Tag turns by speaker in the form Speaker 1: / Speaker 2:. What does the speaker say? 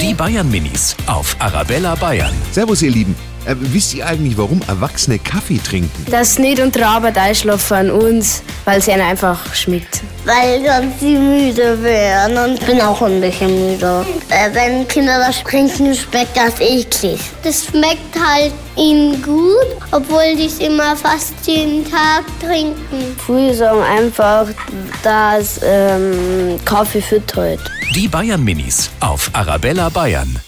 Speaker 1: Die Bayern Minis auf Arabella Bayern.
Speaker 2: Servus, ihr Lieben. Äh, wisst ihr eigentlich, warum Erwachsene Kaffee trinken?
Speaker 3: Dass nicht unter der Arbeit einschlafen an uns, weil es ihnen einfach schmeckt.
Speaker 4: weil sonst sie müde wären. Und ich bin auch ein bisschen müde. Äh, wenn Kinder das trinken, schmeckt das eklig. Das schmeckt halt ihnen gut, obwohl die es immer fast jeden Tag trinken.
Speaker 3: Früher sagen einfach, dass ähm, Kaffee füttert.
Speaker 1: Die Bayern Minis auf Arabella Bayern.